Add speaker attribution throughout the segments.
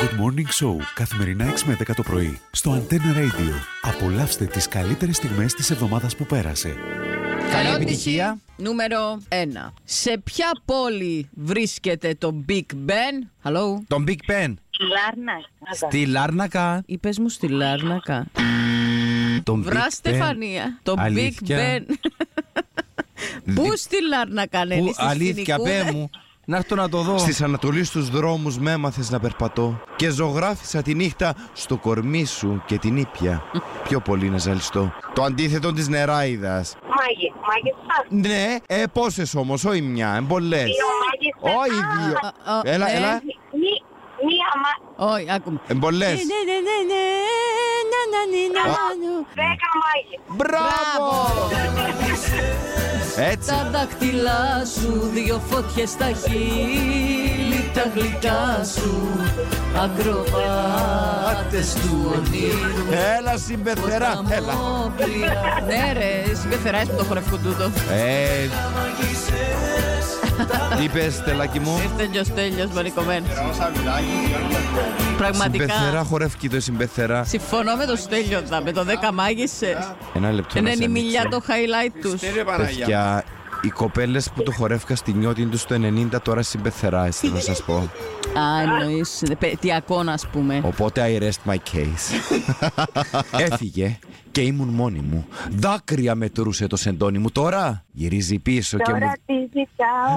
Speaker 1: Good Morning Show, καθημερινά 6 με 10 το πρωί, στο Antenna Radio. Απολαύστε τις καλύτερες στιγμές της εβδομάδας που πέρασε.
Speaker 2: Καλή
Speaker 3: Ερώτηση
Speaker 2: επιτυχία.
Speaker 3: Νούμερο 1. Σε ποια πόλη βρίσκεται το Big Ben? Hello.
Speaker 2: Τον Big Pen.
Speaker 4: Λάρνακα.
Speaker 2: Στη Λάρνακα.
Speaker 3: Ή πες μου στη Λάρνακα.
Speaker 2: Τον
Speaker 3: Βρά
Speaker 2: Big
Speaker 3: Στεφανία. Το Big
Speaker 2: Αλήθεια.
Speaker 3: Ben. Πού στη Λάρνακα,
Speaker 2: Pen,
Speaker 3: Νένη,
Speaker 2: Που
Speaker 3: στη
Speaker 2: αλήθεια, πέ
Speaker 3: Φινικούδα.
Speaker 2: μου. Να έρθω να το δω.
Speaker 5: Στις ανατολή στους δρόμους με έμαθες να περπατώ Και ζωγράφισα τη νύχτα στο κορμί σου και την ήπια Πιο πολύ να ζαλιστώ Το αντίθετο της νεράιδας
Speaker 4: Μάγε, μάγε σας.
Speaker 5: Ναι, ε πόσες όμως, όχι μια, ε πολλές
Speaker 4: Δύο μάγες σας.
Speaker 5: Όχι δύο
Speaker 3: Α, α,
Speaker 5: Έλα,
Speaker 3: ε.
Speaker 5: έλα,
Speaker 4: Μη- Μία μα...
Speaker 3: Όχι, άκουμε.
Speaker 5: ε
Speaker 3: Ναι,
Speaker 5: πολλές
Speaker 3: ναι, ναι, ναι, ναι, ναι, ναι, ναι, ναι, ναι, ναι.
Speaker 4: Δέκα μάγες.
Speaker 5: Μπράβο Έτσι
Speaker 3: Τα δάχτυλά σου, δύο φωτιές στα χείλη, τα γλυκά σου, ακροβάτες του ονείρου.
Speaker 5: Έλα συμπεθερά, έλα
Speaker 3: Κομμόπλια. Ναι ρε, συμπεθεράς που το χορεύουν τούτο.
Speaker 5: Ε, Τι είπες Στελάκη μου
Speaker 3: Είσαι τέλειος, τέλειος, μαρικωμένος. Πραγματικά.
Speaker 5: Συμπεθερά χορεύκει το συμπεθερά
Speaker 3: Συμφωνώ με το Στέλιο, δα, με το 10 μάγισσες.
Speaker 5: Ένα λεπτό να
Speaker 3: ε, ναι, Είναι
Speaker 5: σε
Speaker 3: η μιλιά
Speaker 5: ανοίξω.
Speaker 3: το highlight τους.
Speaker 5: Παιδιά, οι κοπέλες που το χορεύκα στη νιώτη τους στο 90 τώρα συμπεθερά, έτσι να σας πω.
Speaker 3: Α, εννοείς, ε, παιτειακό να πούμε.
Speaker 5: Οπότε I rest my case. Έφυγε και ήμουν μόνη μου. Δάκρυα μετρούσε το σεντόνι μου. Τώρα γυρίζει πίσω και μου.
Speaker 4: Τώρα τι ζητάω.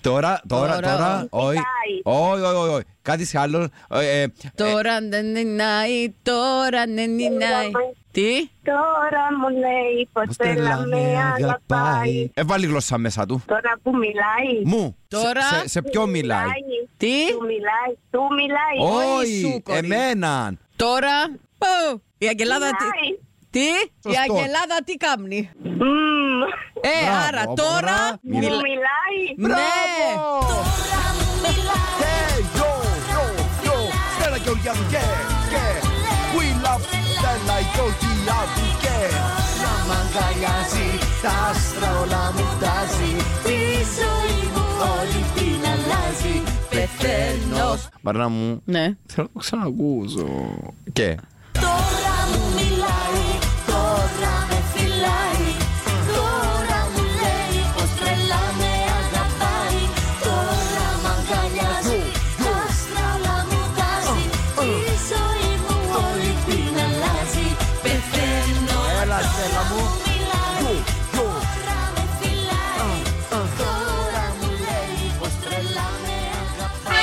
Speaker 5: Τώρα, τώρα,
Speaker 3: Τώρα,
Speaker 5: τώρα. Όχι, όχι, όχι, όχι. Κάτι σε άλλο. ε, ε,
Speaker 3: Τώρα ναι ναι νάει, τώρα ναι ναι νάει. Τι?
Speaker 4: Τώρα μου λέει πως θέλα με αγαπάει.
Speaker 5: Έβαλε ε, γλώσσα μέσα του.
Speaker 4: Τώρα που μιλάει.
Speaker 5: Μου.
Speaker 3: Τώρα.
Speaker 5: Σε, σε- σε ποιο μιλάει.
Speaker 3: Τι?
Speaker 4: Του μιλάει. Του μιλάει.
Speaker 5: Oh,
Speaker 3: όχι σου,
Speaker 5: Όχι,
Speaker 3: κορίτσι.
Speaker 5: εμέναν.
Speaker 3: Τώρα. Πω! Η Αγγελάδα τι.
Speaker 4: Μιλάει.
Speaker 3: Τι? Η
Speaker 5: Σωστό.
Speaker 3: Αγγελάδα τι κάμνει.
Speaker 4: Μμμ.
Speaker 3: Ε,
Speaker 5: Μπράβο,
Speaker 3: άρα
Speaker 5: μπράβο.
Speaker 3: τώρα.
Speaker 4: Μου
Speaker 3: μιλά-
Speaker 4: μιλάει.
Speaker 3: Ναι!
Speaker 5: Hey, yo, yo, yo, Στέλλα Γεωργιάδου, yeah, yeah. We love Στέλλα Γεωργιάδου, yeah. Να μ' αγκαλιάζει, τα άστρα όλα μου τάζει.
Speaker 3: Πεθαίνω.
Speaker 5: Μαρνά μου,
Speaker 3: Ναι.
Speaker 5: θέλω να το ξανακούσω. Και.
Speaker 6: Τώρα μου μιλάει, τώρα με φυλάει Τώρα μου λέει πως τρελά με αγαπάει Τώρα μ' αγκαλιάζει, τα άστρα όλα μου τάζει Τη ζωή μου όλη την αλλάζει Πεθαίνω,
Speaker 5: Έλα, Στέλλα μου.
Speaker 6: μου μιλάει, τώρα με φυλάει Τώρα μου λέει πως τρελά με αγαπάει